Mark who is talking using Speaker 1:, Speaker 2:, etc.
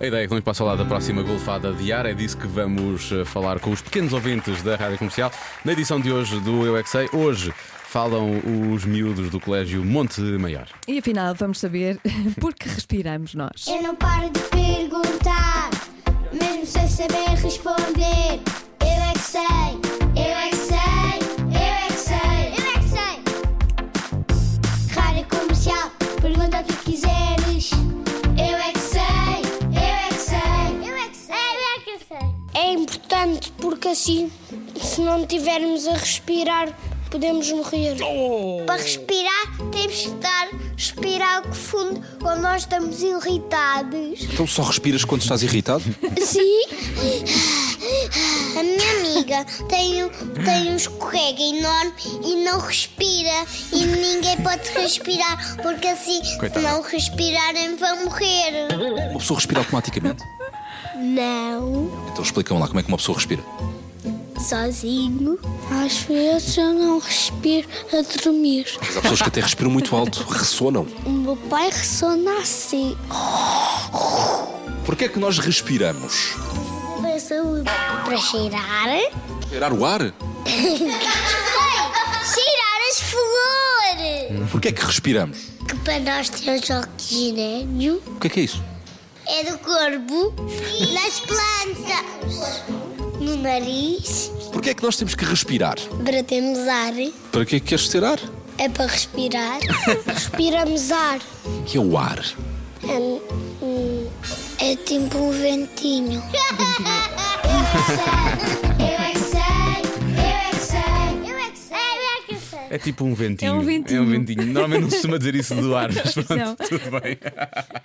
Speaker 1: A ideia é que não lhe passa lá da próxima golfada de ar. É disso que vamos eh, falar com os pequenos ouvintes da Rádio Comercial na edição de hoje do Eu é Que Sei. Hoje falam os miúdos do Colégio Monte Maior.
Speaker 2: E afinal, vamos saber por que respiramos nós.
Speaker 3: Eu não paro de perguntar, mesmo sem saber responder. Eu é que sei, eu é que sei, eu é que sei, eu é que sei. Rádio comercial, pergunta o que quiseres. Eu é que sei, eu é que sei, eu é que sei, eu é que sei. É importante porque assim, se não tivermos a respirar, podemos morrer. Para respirar, temos que estar respirar fundo quando nós estamos irritados.
Speaker 4: Então só respiras quando estás irritado?
Speaker 3: Sim. A minha amiga tem, um- tem um escorrega enorme e não respira. E ninguém pode respirar, porque assim,
Speaker 1: Coitada.
Speaker 3: se não respirarem, vão morrer.
Speaker 4: Uma pessoa respira automaticamente?
Speaker 3: Não,
Speaker 4: Então explica-me lá como é que uma pessoa respira.
Speaker 3: sozinho. Às vezes eu não respiro a dormir.
Speaker 4: Mas há pessoas que até respiram muito alto, ressonam.
Speaker 3: O meu pai ressona assim.
Speaker 4: Porquê é que nós respiramos?
Speaker 3: Para saúde. Para cheirar.
Speaker 4: Cheirar o ar?
Speaker 3: cheirar as flores.
Speaker 4: Porquê é que respiramos?
Speaker 3: Que para nós temos oxigênio.
Speaker 4: O que é que é isso?
Speaker 3: É do corpo, nas plantas, no nariz,
Speaker 4: Porquê é que nós temos que respirar?
Speaker 3: para termos ar,
Speaker 4: Para que é que queres ter ar?
Speaker 3: é para respirar. Respiramos ar. um,
Speaker 4: O que é o ar?
Speaker 3: É, tipo um ventinho. é Eu é que é sei, eu é que sei.
Speaker 1: É tipo um ventinho.
Speaker 2: ventinho.
Speaker 1: É um ventinho. Normalmente não se costuma dizer isso do ar, mas pronto,
Speaker 2: Não.
Speaker 1: tudo bem.